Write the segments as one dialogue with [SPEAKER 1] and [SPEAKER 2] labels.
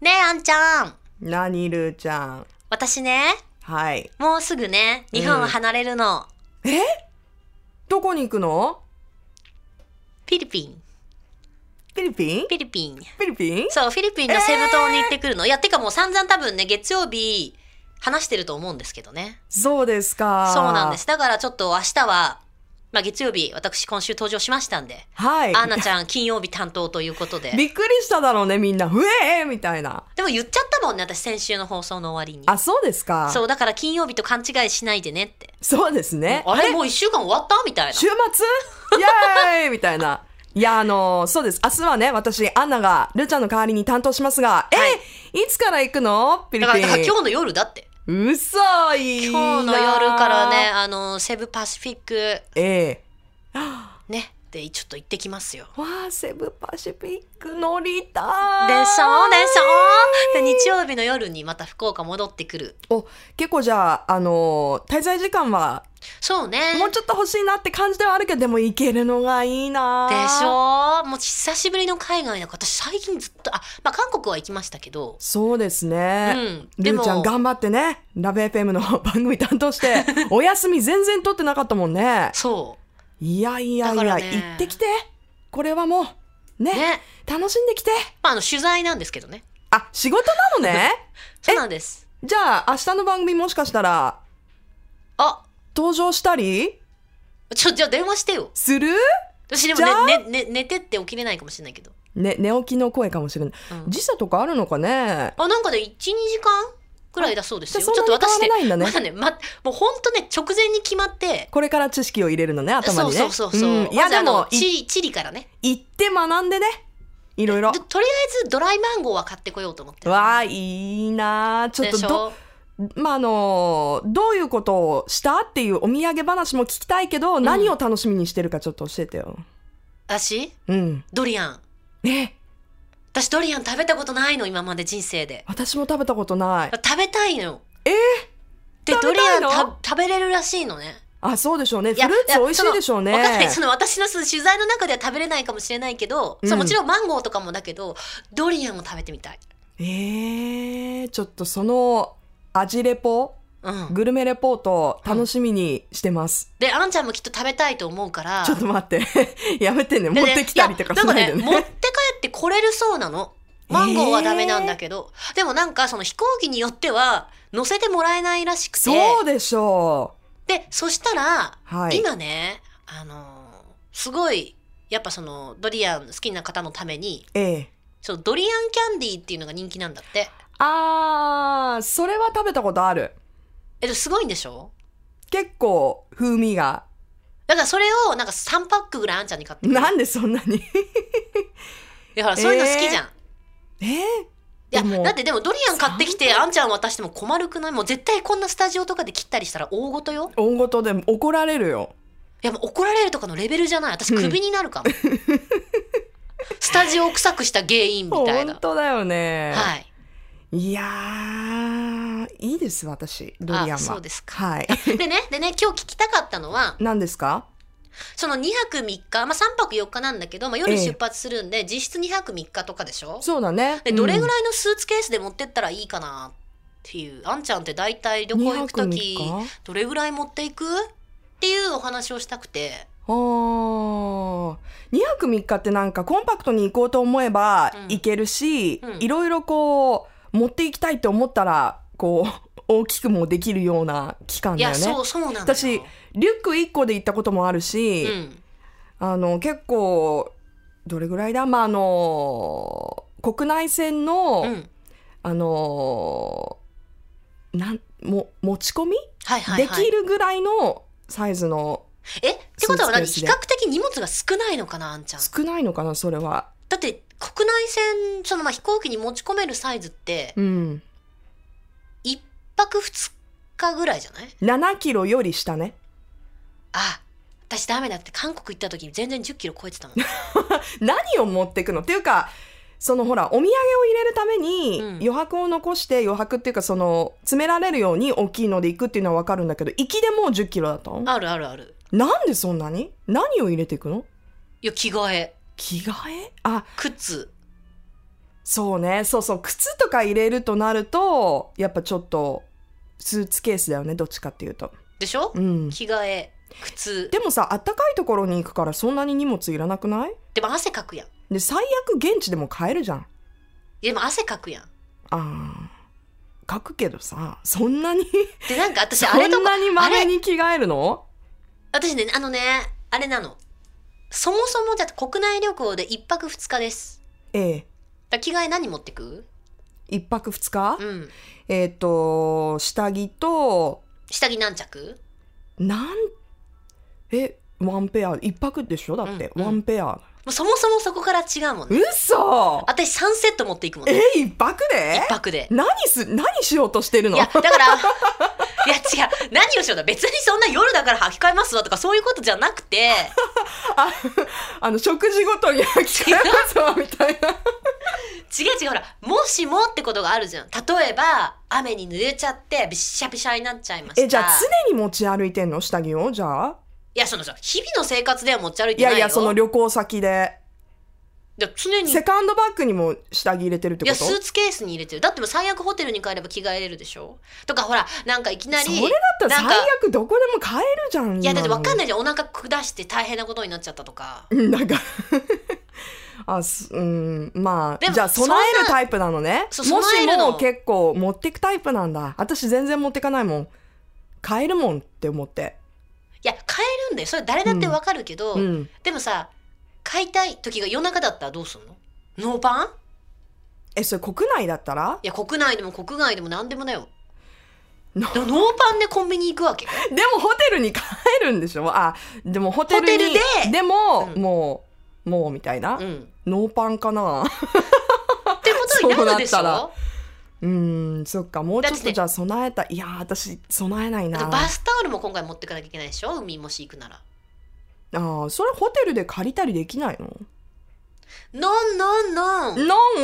[SPEAKER 1] ねえ、あんちゃん。
[SPEAKER 2] なにるーちゃん。
[SPEAKER 1] 私ね、
[SPEAKER 2] はい。
[SPEAKER 1] もうすぐね、日本を離れるの。
[SPEAKER 2] えどこに行くの
[SPEAKER 1] フィリピン。
[SPEAKER 2] フィリピン
[SPEAKER 1] フィリピン。
[SPEAKER 2] フィリピン
[SPEAKER 1] そう、フィリピンのセブ島に行ってくるの。いや、てかもう散々多分ね、月曜日、話してると思うんですけどね。
[SPEAKER 2] そうですか。
[SPEAKER 1] そうなんで。す。だからちょっと明日は、まあ月曜日、私今週登場しましたんで、
[SPEAKER 2] はい。
[SPEAKER 1] アンナちゃん金曜日担当ということで。
[SPEAKER 2] びっくりしただろうね、みんな。ふえーみたいな。
[SPEAKER 1] でも言っちゃったもんね、私先週の放送の終わりに。
[SPEAKER 2] あ、そうですか。
[SPEAKER 1] そう、だから金曜日と勘違いしないでねって。
[SPEAKER 2] そうですね。
[SPEAKER 1] あれもう一週間終わったみたいな。
[SPEAKER 2] 週末イエーイみたいな。いや、あのーそうです。明日はね、私、アンナが、ルーちゃんの代わりに担当しますが、
[SPEAKER 1] はい
[SPEAKER 2] え、いつから行くのフィリ
[SPEAKER 1] だから
[SPEAKER 2] ピン。
[SPEAKER 1] だから今日の夜だって。
[SPEAKER 2] うそいいな
[SPEAKER 1] 今日の夜からね、。あの、セブパシフィック、
[SPEAKER 2] ええ
[SPEAKER 1] ね、で、ちょっと行ってきますよ。
[SPEAKER 2] わあ、セブパシフィック乗りたい。
[SPEAKER 1] でしょでしょで、日曜日の夜にまた福岡戻ってくる。
[SPEAKER 2] お、結構じゃあ、あのー滞在時間は、
[SPEAKER 1] そうね。
[SPEAKER 2] もうちょっと欲しいなって感じではあるけど、でも行けるのがいいな。
[SPEAKER 1] でしょもう久しぶりの海外だから、私最近ずっと、あ、まあ韓国は行きましたけど、
[SPEAKER 2] そうです
[SPEAKER 1] う
[SPEAKER 2] ね。
[SPEAKER 1] ん。で
[SPEAKER 2] ルー
[SPEAKER 1] も、
[SPEAKER 2] ちゃん頑張ってね、ラベ FM の 番組担 当して、お休み全然取ってなかったもんね。
[SPEAKER 1] そ
[SPEAKER 2] いやいやい
[SPEAKER 1] だか
[SPEAKER 2] や、
[SPEAKER 1] らね
[SPEAKER 2] 行ってきて。これはもう、
[SPEAKER 1] う。
[SPEAKER 2] ね、
[SPEAKER 1] ね。
[SPEAKER 2] 楽しんできて。
[SPEAKER 1] まあ、あの、取材なんですけどね。
[SPEAKER 2] あ、仕事なのね。
[SPEAKER 1] そうなんです。
[SPEAKER 2] じゃあ、明日の番組もしかしたら、
[SPEAKER 1] あ、
[SPEAKER 2] 登場したり
[SPEAKER 1] ちょ、じゃあ電話してよ。
[SPEAKER 2] する
[SPEAKER 1] 私でも
[SPEAKER 2] じゃあ
[SPEAKER 1] ね、ね、ね、寝てって起きれないかもしれないけど。
[SPEAKER 2] ね、寝起きの声かもしれない。
[SPEAKER 1] うん
[SPEAKER 2] 時差とかあるのかね
[SPEAKER 1] あ、なんかね、1、2時間くらいだそうです
[SPEAKER 2] じゃ
[SPEAKER 1] よ。
[SPEAKER 2] あ
[SPEAKER 1] ちょ
[SPEAKER 2] そ
[SPEAKER 1] っ
[SPEAKER 2] ん
[SPEAKER 1] と
[SPEAKER 2] なに変
[SPEAKER 1] 私
[SPEAKER 2] わ
[SPEAKER 1] ね
[SPEAKER 2] ら、ないんだね
[SPEAKER 1] ま。だね、ま、もう本当ね、直前に決まって、
[SPEAKER 2] これから知識を入れるのね、頭に
[SPEAKER 1] そ
[SPEAKER 2] ね。
[SPEAKER 1] うそうそうそう。
[SPEAKER 2] んい
[SPEAKER 1] ま
[SPEAKER 2] や、
[SPEAKER 1] ず
[SPEAKER 2] で
[SPEAKER 1] あの
[SPEAKER 2] も、い
[SPEAKER 1] チリ、チリからね。
[SPEAKER 2] 行って学んでね。いろいろ
[SPEAKER 1] で。とりあえずドライマンゴーは買ってこようと思ってる。
[SPEAKER 2] わあ、いいなあちょっ
[SPEAKER 1] で
[SPEAKER 2] と
[SPEAKER 1] し
[SPEAKER 2] ど、
[SPEAKER 1] ょ
[SPEAKER 2] まあ、あの、どういうことをしたっていうお土産話も聞きたいけど、何を楽しみにしてるかちょっと教えてよ。
[SPEAKER 1] 私
[SPEAKER 2] うん。
[SPEAKER 1] ドリアン。
[SPEAKER 2] ね、
[SPEAKER 1] 私ドリアン食べたことないの、今まで人生で。
[SPEAKER 2] 私も食べたことない。
[SPEAKER 1] 食べたいのよ。
[SPEAKER 2] えー
[SPEAKER 1] で、
[SPEAKER 2] 食
[SPEAKER 1] ド
[SPEAKER 2] べ
[SPEAKER 1] リ
[SPEAKER 2] た
[SPEAKER 1] ア
[SPEAKER 2] いの
[SPEAKER 1] ンた食べれるらしいのね。
[SPEAKER 2] あ、そうでしょうね。
[SPEAKER 1] い
[SPEAKER 2] フ
[SPEAKER 1] や
[SPEAKER 2] ルーツ美味しいでしょうね。
[SPEAKER 1] わかんない。そ の私のその取材の中では食べれないかもしれないけど、
[SPEAKER 2] うん
[SPEAKER 1] そうもちろんマンゴーとかもだけど、ドリアンを食べてみたい。
[SPEAKER 2] えー、ちょっとその、味レポ
[SPEAKER 1] うん。
[SPEAKER 2] グルメレポート楽しみにしてます。
[SPEAKER 1] で、あんちゃんもきっと食べたいと思うから。
[SPEAKER 2] ちょっと待って。 やめて
[SPEAKER 1] で
[SPEAKER 2] ね。持
[SPEAKER 1] ね
[SPEAKER 2] ってきたりとかしないで
[SPEAKER 1] いやな
[SPEAKER 2] ね。
[SPEAKER 1] んかね、持って帰ってこれるそうな の。マンゴーはダメなんだけど、でもなんかその飛行機によっては乗せてもらえないらしくて、
[SPEAKER 2] そうでしょ
[SPEAKER 1] で、そしたら、
[SPEAKER 2] う。はい。
[SPEAKER 1] 今ね、あのーすごい、やっぱそのドリアン好きな方のために、
[SPEAKER 2] ええ。
[SPEAKER 1] そのドリアンキャンディーっていうのが人気なんだって。
[SPEAKER 2] あー、それは食べたことある。
[SPEAKER 1] え、でもすごいんでしょ
[SPEAKER 2] 結構風味が。
[SPEAKER 1] だからそれをなんか3パックぐらいあんちゃんに買ってくる
[SPEAKER 2] なんでそんなに
[SPEAKER 1] いやほらそういうの好きじゃん、
[SPEAKER 2] えー、で
[SPEAKER 1] いや
[SPEAKER 2] も
[SPEAKER 1] だってでもドリアン買ってきてあんちゃん渡しても困るくないもう絶対こんなスタジオとかで切ったりしたら大ごとよ
[SPEAKER 2] 大ごとでも怒られるよ。
[SPEAKER 1] いやもう怒られるとかのレベルじゃない私
[SPEAKER 2] うん
[SPEAKER 1] クビになる かも、スタジオを臭くした原因みたい
[SPEAKER 2] 本
[SPEAKER 1] な
[SPEAKER 2] 当だよね。
[SPEAKER 1] はい
[SPEAKER 2] い、やー、いいです、私。ドリアンは。
[SPEAKER 1] あそうですか
[SPEAKER 2] はい。
[SPEAKER 1] でねでね今日聞きたかったのは
[SPEAKER 2] 何ですか
[SPEAKER 1] その2泊3日、まあ、3泊4日なんだけど、まあ、夜
[SPEAKER 2] ええ
[SPEAKER 1] 出発するんで、実質2泊3日とかでしょ
[SPEAKER 2] そうだね。
[SPEAKER 1] でどれぐ
[SPEAKER 2] い
[SPEAKER 1] らいのスーツケースで持ってったらいいかなっていうあんちゃんって大体旅行行く時どれぐらい持っていくっていうお話をしたくて
[SPEAKER 2] あー2泊3日ってなんかコンパクトに行こうと思えば
[SPEAKER 1] うん
[SPEAKER 2] 行けるし、
[SPEAKER 1] うん
[SPEAKER 2] いろいろこう持っていきたいって思ったらこう大きくもできるような期間
[SPEAKER 1] い
[SPEAKER 2] だよ
[SPEAKER 1] や
[SPEAKER 2] ね
[SPEAKER 1] そうそうなんだよ
[SPEAKER 2] 私リュック1個で行ったこともある
[SPEAKER 1] う
[SPEAKER 2] し、
[SPEAKER 1] ん
[SPEAKER 2] あの結構どれぐらいだまああの国内線の、
[SPEAKER 1] うん
[SPEAKER 2] あのなんも持ち込み、
[SPEAKER 1] はいはいはい
[SPEAKER 2] できるぐらいのサイズの
[SPEAKER 1] えってことは何
[SPEAKER 2] ス
[SPEAKER 1] 比
[SPEAKER 2] ーツケース
[SPEAKER 1] 較
[SPEAKER 2] で
[SPEAKER 1] 的荷物が少ないのかなあんちゃん
[SPEAKER 2] 少ないのかなそれは。
[SPEAKER 1] だって国内線そのまあ飛行機に持ち込めるサイズって
[SPEAKER 2] うん
[SPEAKER 1] 1泊2日ぐらいじゃない
[SPEAKER 2] 7キロより下ね。
[SPEAKER 1] あ私ダメだって韓国行った時全然1 0キロ超えて たもん
[SPEAKER 2] 何を持っていくのっていうか、そのほら、お土産を入れるために
[SPEAKER 1] うん
[SPEAKER 2] 余白を残して、余白っていうかその、詰められるように大きいので行くっていうのはわかるんだけど、行きでもう10キロだったの
[SPEAKER 1] あるあるある
[SPEAKER 2] なんでそんなに何を入れていくの
[SPEAKER 1] いや着替え
[SPEAKER 2] 着替えあ、
[SPEAKER 1] 靴
[SPEAKER 2] そうねそうそう靴とか入れるとなるとやっぱちょっとスーツケースだよねどっちかっていうと
[SPEAKER 1] でしょ、
[SPEAKER 2] うん
[SPEAKER 1] 着替え靴
[SPEAKER 2] でもさあったかいところに行くからそんなに荷物いらなくない
[SPEAKER 1] でも汗かくやん
[SPEAKER 2] で最悪現地でも買えるじゃん
[SPEAKER 1] でも汗かくやん
[SPEAKER 2] あー書くけどさそんなに
[SPEAKER 1] でなんか私
[SPEAKER 2] そ
[SPEAKER 1] あれと
[SPEAKER 2] ん
[SPEAKER 1] か
[SPEAKER 2] なにまめに着替えるの
[SPEAKER 1] 私ねあのねあれなのそもそもだって国内旅行で1泊2日です
[SPEAKER 2] ええ
[SPEAKER 1] だから着替え何持ってく
[SPEAKER 2] 一泊二日、
[SPEAKER 1] うん
[SPEAKER 2] えっ、と下着と
[SPEAKER 1] 下着何着
[SPEAKER 2] なんえワンペア一泊でしょだって、
[SPEAKER 1] うんうん
[SPEAKER 2] ワンペア
[SPEAKER 1] もうそもそもそこから違うもんね
[SPEAKER 2] 嘘
[SPEAKER 1] 私3セット持っていくもんね
[SPEAKER 2] え一泊で
[SPEAKER 1] 1泊で
[SPEAKER 2] 何す何しようとしてる
[SPEAKER 1] い
[SPEAKER 2] の
[SPEAKER 1] やだからいや違う何をしようだ別にそんな夜だから履き替えますわとかそういうことじゃなくて
[SPEAKER 2] あの食事ごとに飽きちゃうみたいな
[SPEAKER 1] 違う違うほらもしもってことがあるじゃん例えば雨に濡れちゃってびっしゃびしゃになっちゃいました
[SPEAKER 2] えじゃあ常に持ち歩いてんの下着をじゃあ
[SPEAKER 1] いやそのさ日々の生活では持ち歩い
[SPEAKER 2] い
[SPEAKER 1] てない
[SPEAKER 2] や
[SPEAKER 1] よ
[SPEAKER 2] いやその旅行先で
[SPEAKER 1] だから常に
[SPEAKER 2] セ
[SPEAKER 1] い
[SPEAKER 2] カンドバッグにも下着入れてるってこ
[SPEAKER 1] や
[SPEAKER 2] と
[SPEAKER 1] スーツケースに入れてるだってもう最悪ホテルに帰れば着替えれるでしょとかほらなんかいきなり
[SPEAKER 2] それだったら
[SPEAKER 1] なんか
[SPEAKER 2] 最悪どこでも買えるじゃん
[SPEAKER 1] いやだって分かん
[SPEAKER 2] ない
[SPEAKER 1] ないじゃんお腹下して大変なことになっちゃったとか
[SPEAKER 2] なんか あすうんま
[SPEAKER 1] で
[SPEAKER 2] あ
[SPEAKER 1] も
[SPEAKER 2] じゃあ備え
[SPEAKER 1] そんな
[SPEAKER 2] るタイプなのね
[SPEAKER 1] そう
[SPEAKER 2] も
[SPEAKER 1] 備え
[SPEAKER 2] し
[SPEAKER 1] るの
[SPEAKER 2] も結構持ってくタイプなんだ私全然持ってかないもん買えるもんって思って
[SPEAKER 1] いや買えるんだよそれ誰だって分かるけど、
[SPEAKER 2] うん
[SPEAKER 1] でもさ買いたい時が夜中だったらどうすんのノーパン
[SPEAKER 2] えそれ国内だったら
[SPEAKER 1] いや国内でも国外でも何でもだよ
[SPEAKER 2] な
[SPEAKER 1] だからノーパンでコンビニ行くわけ
[SPEAKER 2] でもホテルに帰るんでしょあでもホテルに
[SPEAKER 1] ホテルで
[SPEAKER 2] も、
[SPEAKER 1] うん
[SPEAKER 2] もうもうみたいな、
[SPEAKER 1] うん
[SPEAKER 2] ノーパンか
[SPEAKER 1] っ
[SPEAKER 2] な
[SPEAKER 1] てことになるでし
[SPEAKER 2] そうな
[SPEAKER 1] ょ
[SPEAKER 2] っうーんそっかもうちょ
[SPEAKER 1] だっ
[SPEAKER 2] って
[SPEAKER 1] ね
[SPEAKER 2] とじゃあ備えたいやー私備えない
[SPEAKER 1] あ
[SPEAKER 2] な
[SPEAKER 1] とバスタオルも今回持ってかなきゃいけないでしょ海もし行くなら
[SPEAKER 2] あーそれホテルで借りたりできないの
[SPEAKER 1] ノンノンノン
[SPEAKER 2] のん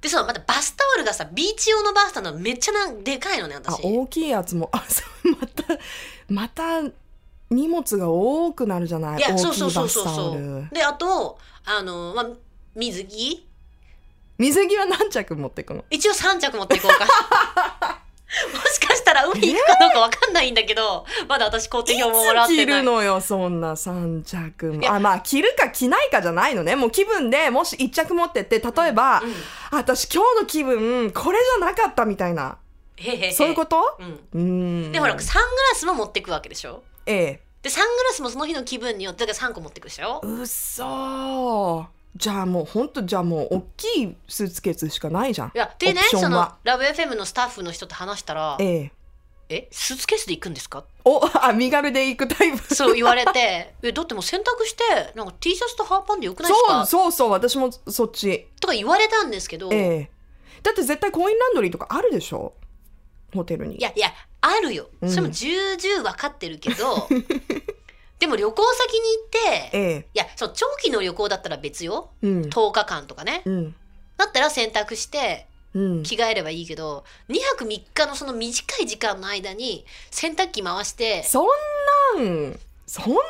[SPEAKER 1] でそのまたバスタオルがさビーチ用のバスタオルなのめっちゃなでかいのね
[SPEAKER 2] あ
[SPEAKER 1] 私
[SPEAKER 2] 大きいやつもあそうまたまた荷物が多くなるじゃない
[SPEAKER 1] いや
[SPEAKER 2] 大きい
[SPEAKER 1] そう
[SPEAKER 2] バ
[SPEAKER 1] そうそうそ
[SPEAKER 2] ス
[SPEAKER 1] う
[SPEAKER 2] タオ
[SPEAKER 1] そ
[SPEAKER 2] ル
[SPEAKER 1] うであとあの、まあ、水着
[SPEAKER 2] 水着は何着持ってくの
[SPEAKER 1] 一応3着持っていこうか もしかしたら海行くかどうかわかんないんだけど、まだ私工程表ももらっ
[SPEAKER 2] 着
[SPEAKER 1] てな
[SPEAKER 2] る
[SPEAKER 1] い
[SPEAKER 2] のよそんな3着
[SPEAKER 1] い
[SPEAKER 2] も
[SPEAKER 1] や
[SPEAKER 2] あまあ着るか着ないかじゃないのねもう気分でもし1着持ってって例えば、
[SPEAKER 1] うん
[SPEAKER 2] 私今日の気分これじゃなかったみたいな
[SPEAKER 1] へへへ
[SPEAKER 2] そういうこと
[SPEAKER 1] と、うん、
[SPEAKER 2] うーん
[SPEAKER 1] でほらサングラスも持ってくわけでしょ
[SPEAKER 2] ええ
[SPEAKER 1] でサングラスもその日の気分によってだから3個持ってくでしょ
[SPEAKER 2] うっそーじゃあもうほんとじゃあもう大きいスーツケースしかないじゃん
[SPEAKER 1] いやでね
[SPEAKER 2] オプション
[SPEAKER 1] その
[SPEAKER 2] は
[SPEAKER 1] ラブ FM のスタッフの人と話したら
[SPEAKER 2] ええ
[SPEAKER 1] 「えスーツケースで行くんですか?
[SPEAKER 2] おあ身軽で行くタイプ」
[SPEAKER 1] そう言われて 「えだってもう洗濯してなんか T シャツとハーパンでよくないです
[SPEAKER 2] そう
[SPEAKER 1] か?
[SPEAKER 2] そうそう私もそっち」
[SPEAKER 1] とか言われたんですけど、
[SPEAKER 2] ええだって絶対コインランドリーとかあるでしょホテルに
[SPEAKER 1] いやいやあるよ
[SPEAKER 2] うん
[SPEAKER 1] それも重々分かってるけ ど、でも旅行先に行って
[SPEAKER 2] ええ
[SPEAKER 1] いやその長期の旅行だったら別よ
[SPEAKER 2] うん
[SPEAKER 1] 10日間とかね
[SPEAKER 2] うん
[SPEAKER 1] だったら洗濯して
[SPEAKER 2] うん
[SPEAKER 1] 着替えればいいけど2泊3日のその短い時間の間に洗濯機回して
[SPEAKER 2] そんなんそんな時間か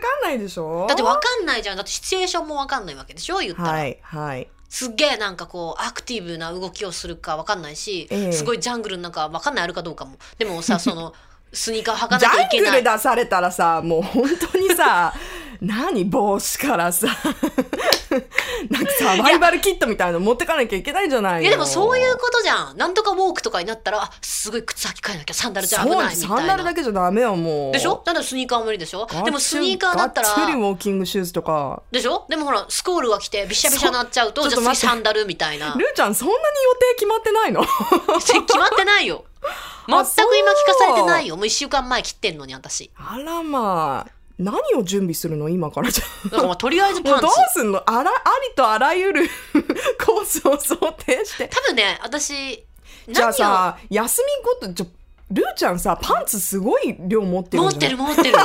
[SPEAKER 2] かんないでしょ
[SPEAKER 1] だって分かんないじゃんだってシチュエーションも分かんないわけでしょ言ったら、
[SPEAKER 2] はいはい
[SPEAKER 1] すっげえなんかこうアクティブな動きをするか分かんないし、
[SPEAKER 2] ええ
[SPEAKER 1] すごいジャングルの中分かんないあるかどうかもでもさそのスニーカーを履かな
[SPEAKER 2] ジ
[SPEAKER 1] きゃい
[SPEAKER 2] ャ
[SPEAKER 1] け
[SPEAKER 2] ング
[SPEAKER 1] な
[SPEAKER 2] ル
[SPEAKER 1] い
[SPEAKER 2] 出されたらさもう本当に さ何帽子からさ なんかサバイバルキットみたいなの持ってかなきゃいけないじゃない
[SPEAKER 1] い
[SPEAKER 2] の
[SPEAKER 1] やでもそういうことじゃんなんとかウォークとかになったらあすごい靴履き替えなきゃサンダルじゃ危ないみ
[SPEAKER 2] そうサ
[SPEAKER 1] た
[SPEAKER 2] ン
[SPEAKER 1] い
[SPEAKER 2] ダルだ
[SPEAKER 1] な
[SPEAKER 2] けじゃダメよもう
[SPEAKER 1] でしょなんだスニーカーも無理でしょ
[SPEAKER 2] ガッツリ
[SPEAKER 1] でもスニーカーだったら
[SPEAKER 2] ガッツリウォーキングシューズとか
[SPEAKER 1] でしょでもほらスコールが来てびしゃびしゃになっちゃうと
[SPEAKER 2] そう
[SPEAKER 1] じゃ
[SPEAKER 2] ちょっと
[SPEAKER 1] あ次
[SPEAKER 2] 待っ
[SPEAKER 1] サ
[SPEAKER 2] て
[SPEAKER 1] ンダルみたい な
[SPEAKER 2] ルーちゃんそんなに予定決まってな いの
[SPEAKER 1] 決まってないよ全
[SPEAKER 2] あ
[SPEAKER 1] く今聞かされてないよもう1週間前切ってんのに私
[SPEAKER 2] あらまあ何を準備するの今からじゃあ
[SPEAKER 1] だからまあとりあえず
[SPEAKER 2] も
[SPEAKER 1] パ
[SPEAKER 2] う
[SPEAKER 1] ンツ
[SPEAKER 2] どうすんのあらありとあらゆる コースを想定して
[SPEAKER 1] 多分ね私
[SPEAKER 2] じゃあ
[SPEAKER 1] 何を
[SPEAKER 2] さ休みごとじゃルーちゃんさパンツすごい量持ってる
[SPEAKER 1] 持
[SPEAKER 2] ん
[SPEAKER 1] っ
[SPEAKER 2] じゃ
[SPEAKER 1] て
[SPEAKER 2] ない
[SPEAKER 1] る持ってる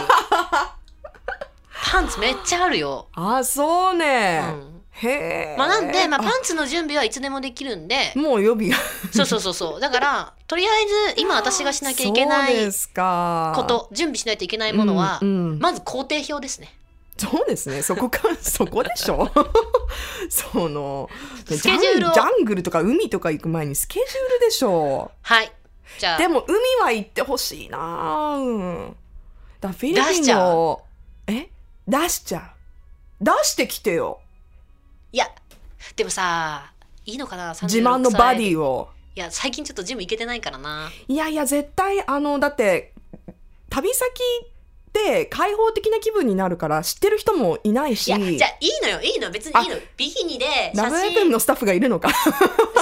[SPEAKER 1] パンツめっちゃあるよ、
[SPEAKER 2] あそう
[SPEAKER 1] う
[SPEAKER 2] ね、
[SPEAKER 1] ん、
[SPEAKER 2] へえ
[SPEAKER 1] まあなんで、まあ、パンツの準備はいつでもできるんで
[SPEAKER 2] もう予備が
[SPEAKER 1] そうそうそうそうだからとりあえず今私がしなきゃいけな
[SPEAKER 2] そう
[SPEAKER 1] い
[SPEAKER 2] ですか
[SPEAKER 1] こと準備しないといけないものは、
[SPEAKER 2] うんうん
[SPEAKER 1] まず工程表ですね
[SPEAKER 2] そうですねそこ かそこでしょその
[SPEAKER 1] スケジュールを
[SPEAKER 2] ジャンジャングルとか海とか行く前にスケジュールでしょ
[SPEAKER 1] はいじゃあ
[SPEAKER 2] でも海は行ってほしいなうんだフィリ
[SPEAKER 1] 出し
[SPEAKER 2] ピ
[SPEAKER 1] ち
[SPEAKER 2] ン
[SPEAKER 1] ゃ
[SPEAKER 2] のえ出しちゃう出してきてよ
[SPEAKER 1] いやでもさいいのかな
[SPEAKER 2] 自慢のバディ
[SPEAKER 1] を
[SPEAKER 2] を
[SPEAKER 1] いや最近ちょっとジム行けてないからない
[SPEAKER 2] やいや絶対あのだって旅先で開放的な気分になるから知ってる人もいない
[SPEAKER 1] い
[SPEAKER 2] し
[SPEAKER 1] やじゃあいいのよいいの別にいいのビキニで
[SPEAKER 2] ラ
[SPEAKER 1] 写
[SPEAKER 2] ブ FM
[SPEAKER 1] 真
[SPEAKER 2] のスタッフがいるのか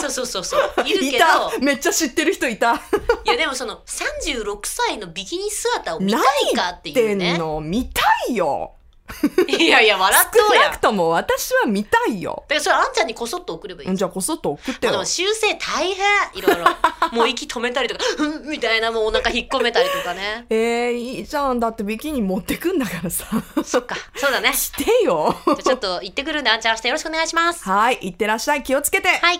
[SPEAKER 1] そうそうそうそういる
[SPEAKER 2] い
[SPEAKER 1] けど
[SPEAKER 2] ためっちゃ知ってる人いた
[SPEAKER 1] いやでもその36歳のビキニ姿を見た
[SPEAKER 2] 何
[SPEAKER 1] いかってい
[SPEAKER 2] 言
[SPEAKER 1] う
[SPEAKER 2] っ
[SPEAKER 1] ね
[SPEAKER 2] てんの見たいよ
[SPEAKER 1] いやいや笑っとう
[SPEAKER 2] 少
[SPEAKER 1] やん
[SPEAKER 2] なくとも私は見たいよ
[SPEAKER 1] だからそれあんちゃんにこそっと送ればいい
[SPEAKER 2] じゃあこそっと送って
[SPEAKER 1] で
[SPEAKER 2] よ
[SPEAKER 1] も修正大変いろいろ もう息止めたりとかうんみたいなもうお腹引っ込めたりとかね
[SPEAKER 2] えー、いいじゃんだってビキニ持ってくんだからさ
[SPEAKER 1] そっかそうだねじ
[SPEAKER 2] してよ
[SPEAKER 1] ゃあちょっと行ってくるんであんちゃん明日よろしくお願いします
[SPEAKER 2] はいいってらっしゃい気をつけて
[SPEAKER 1] はい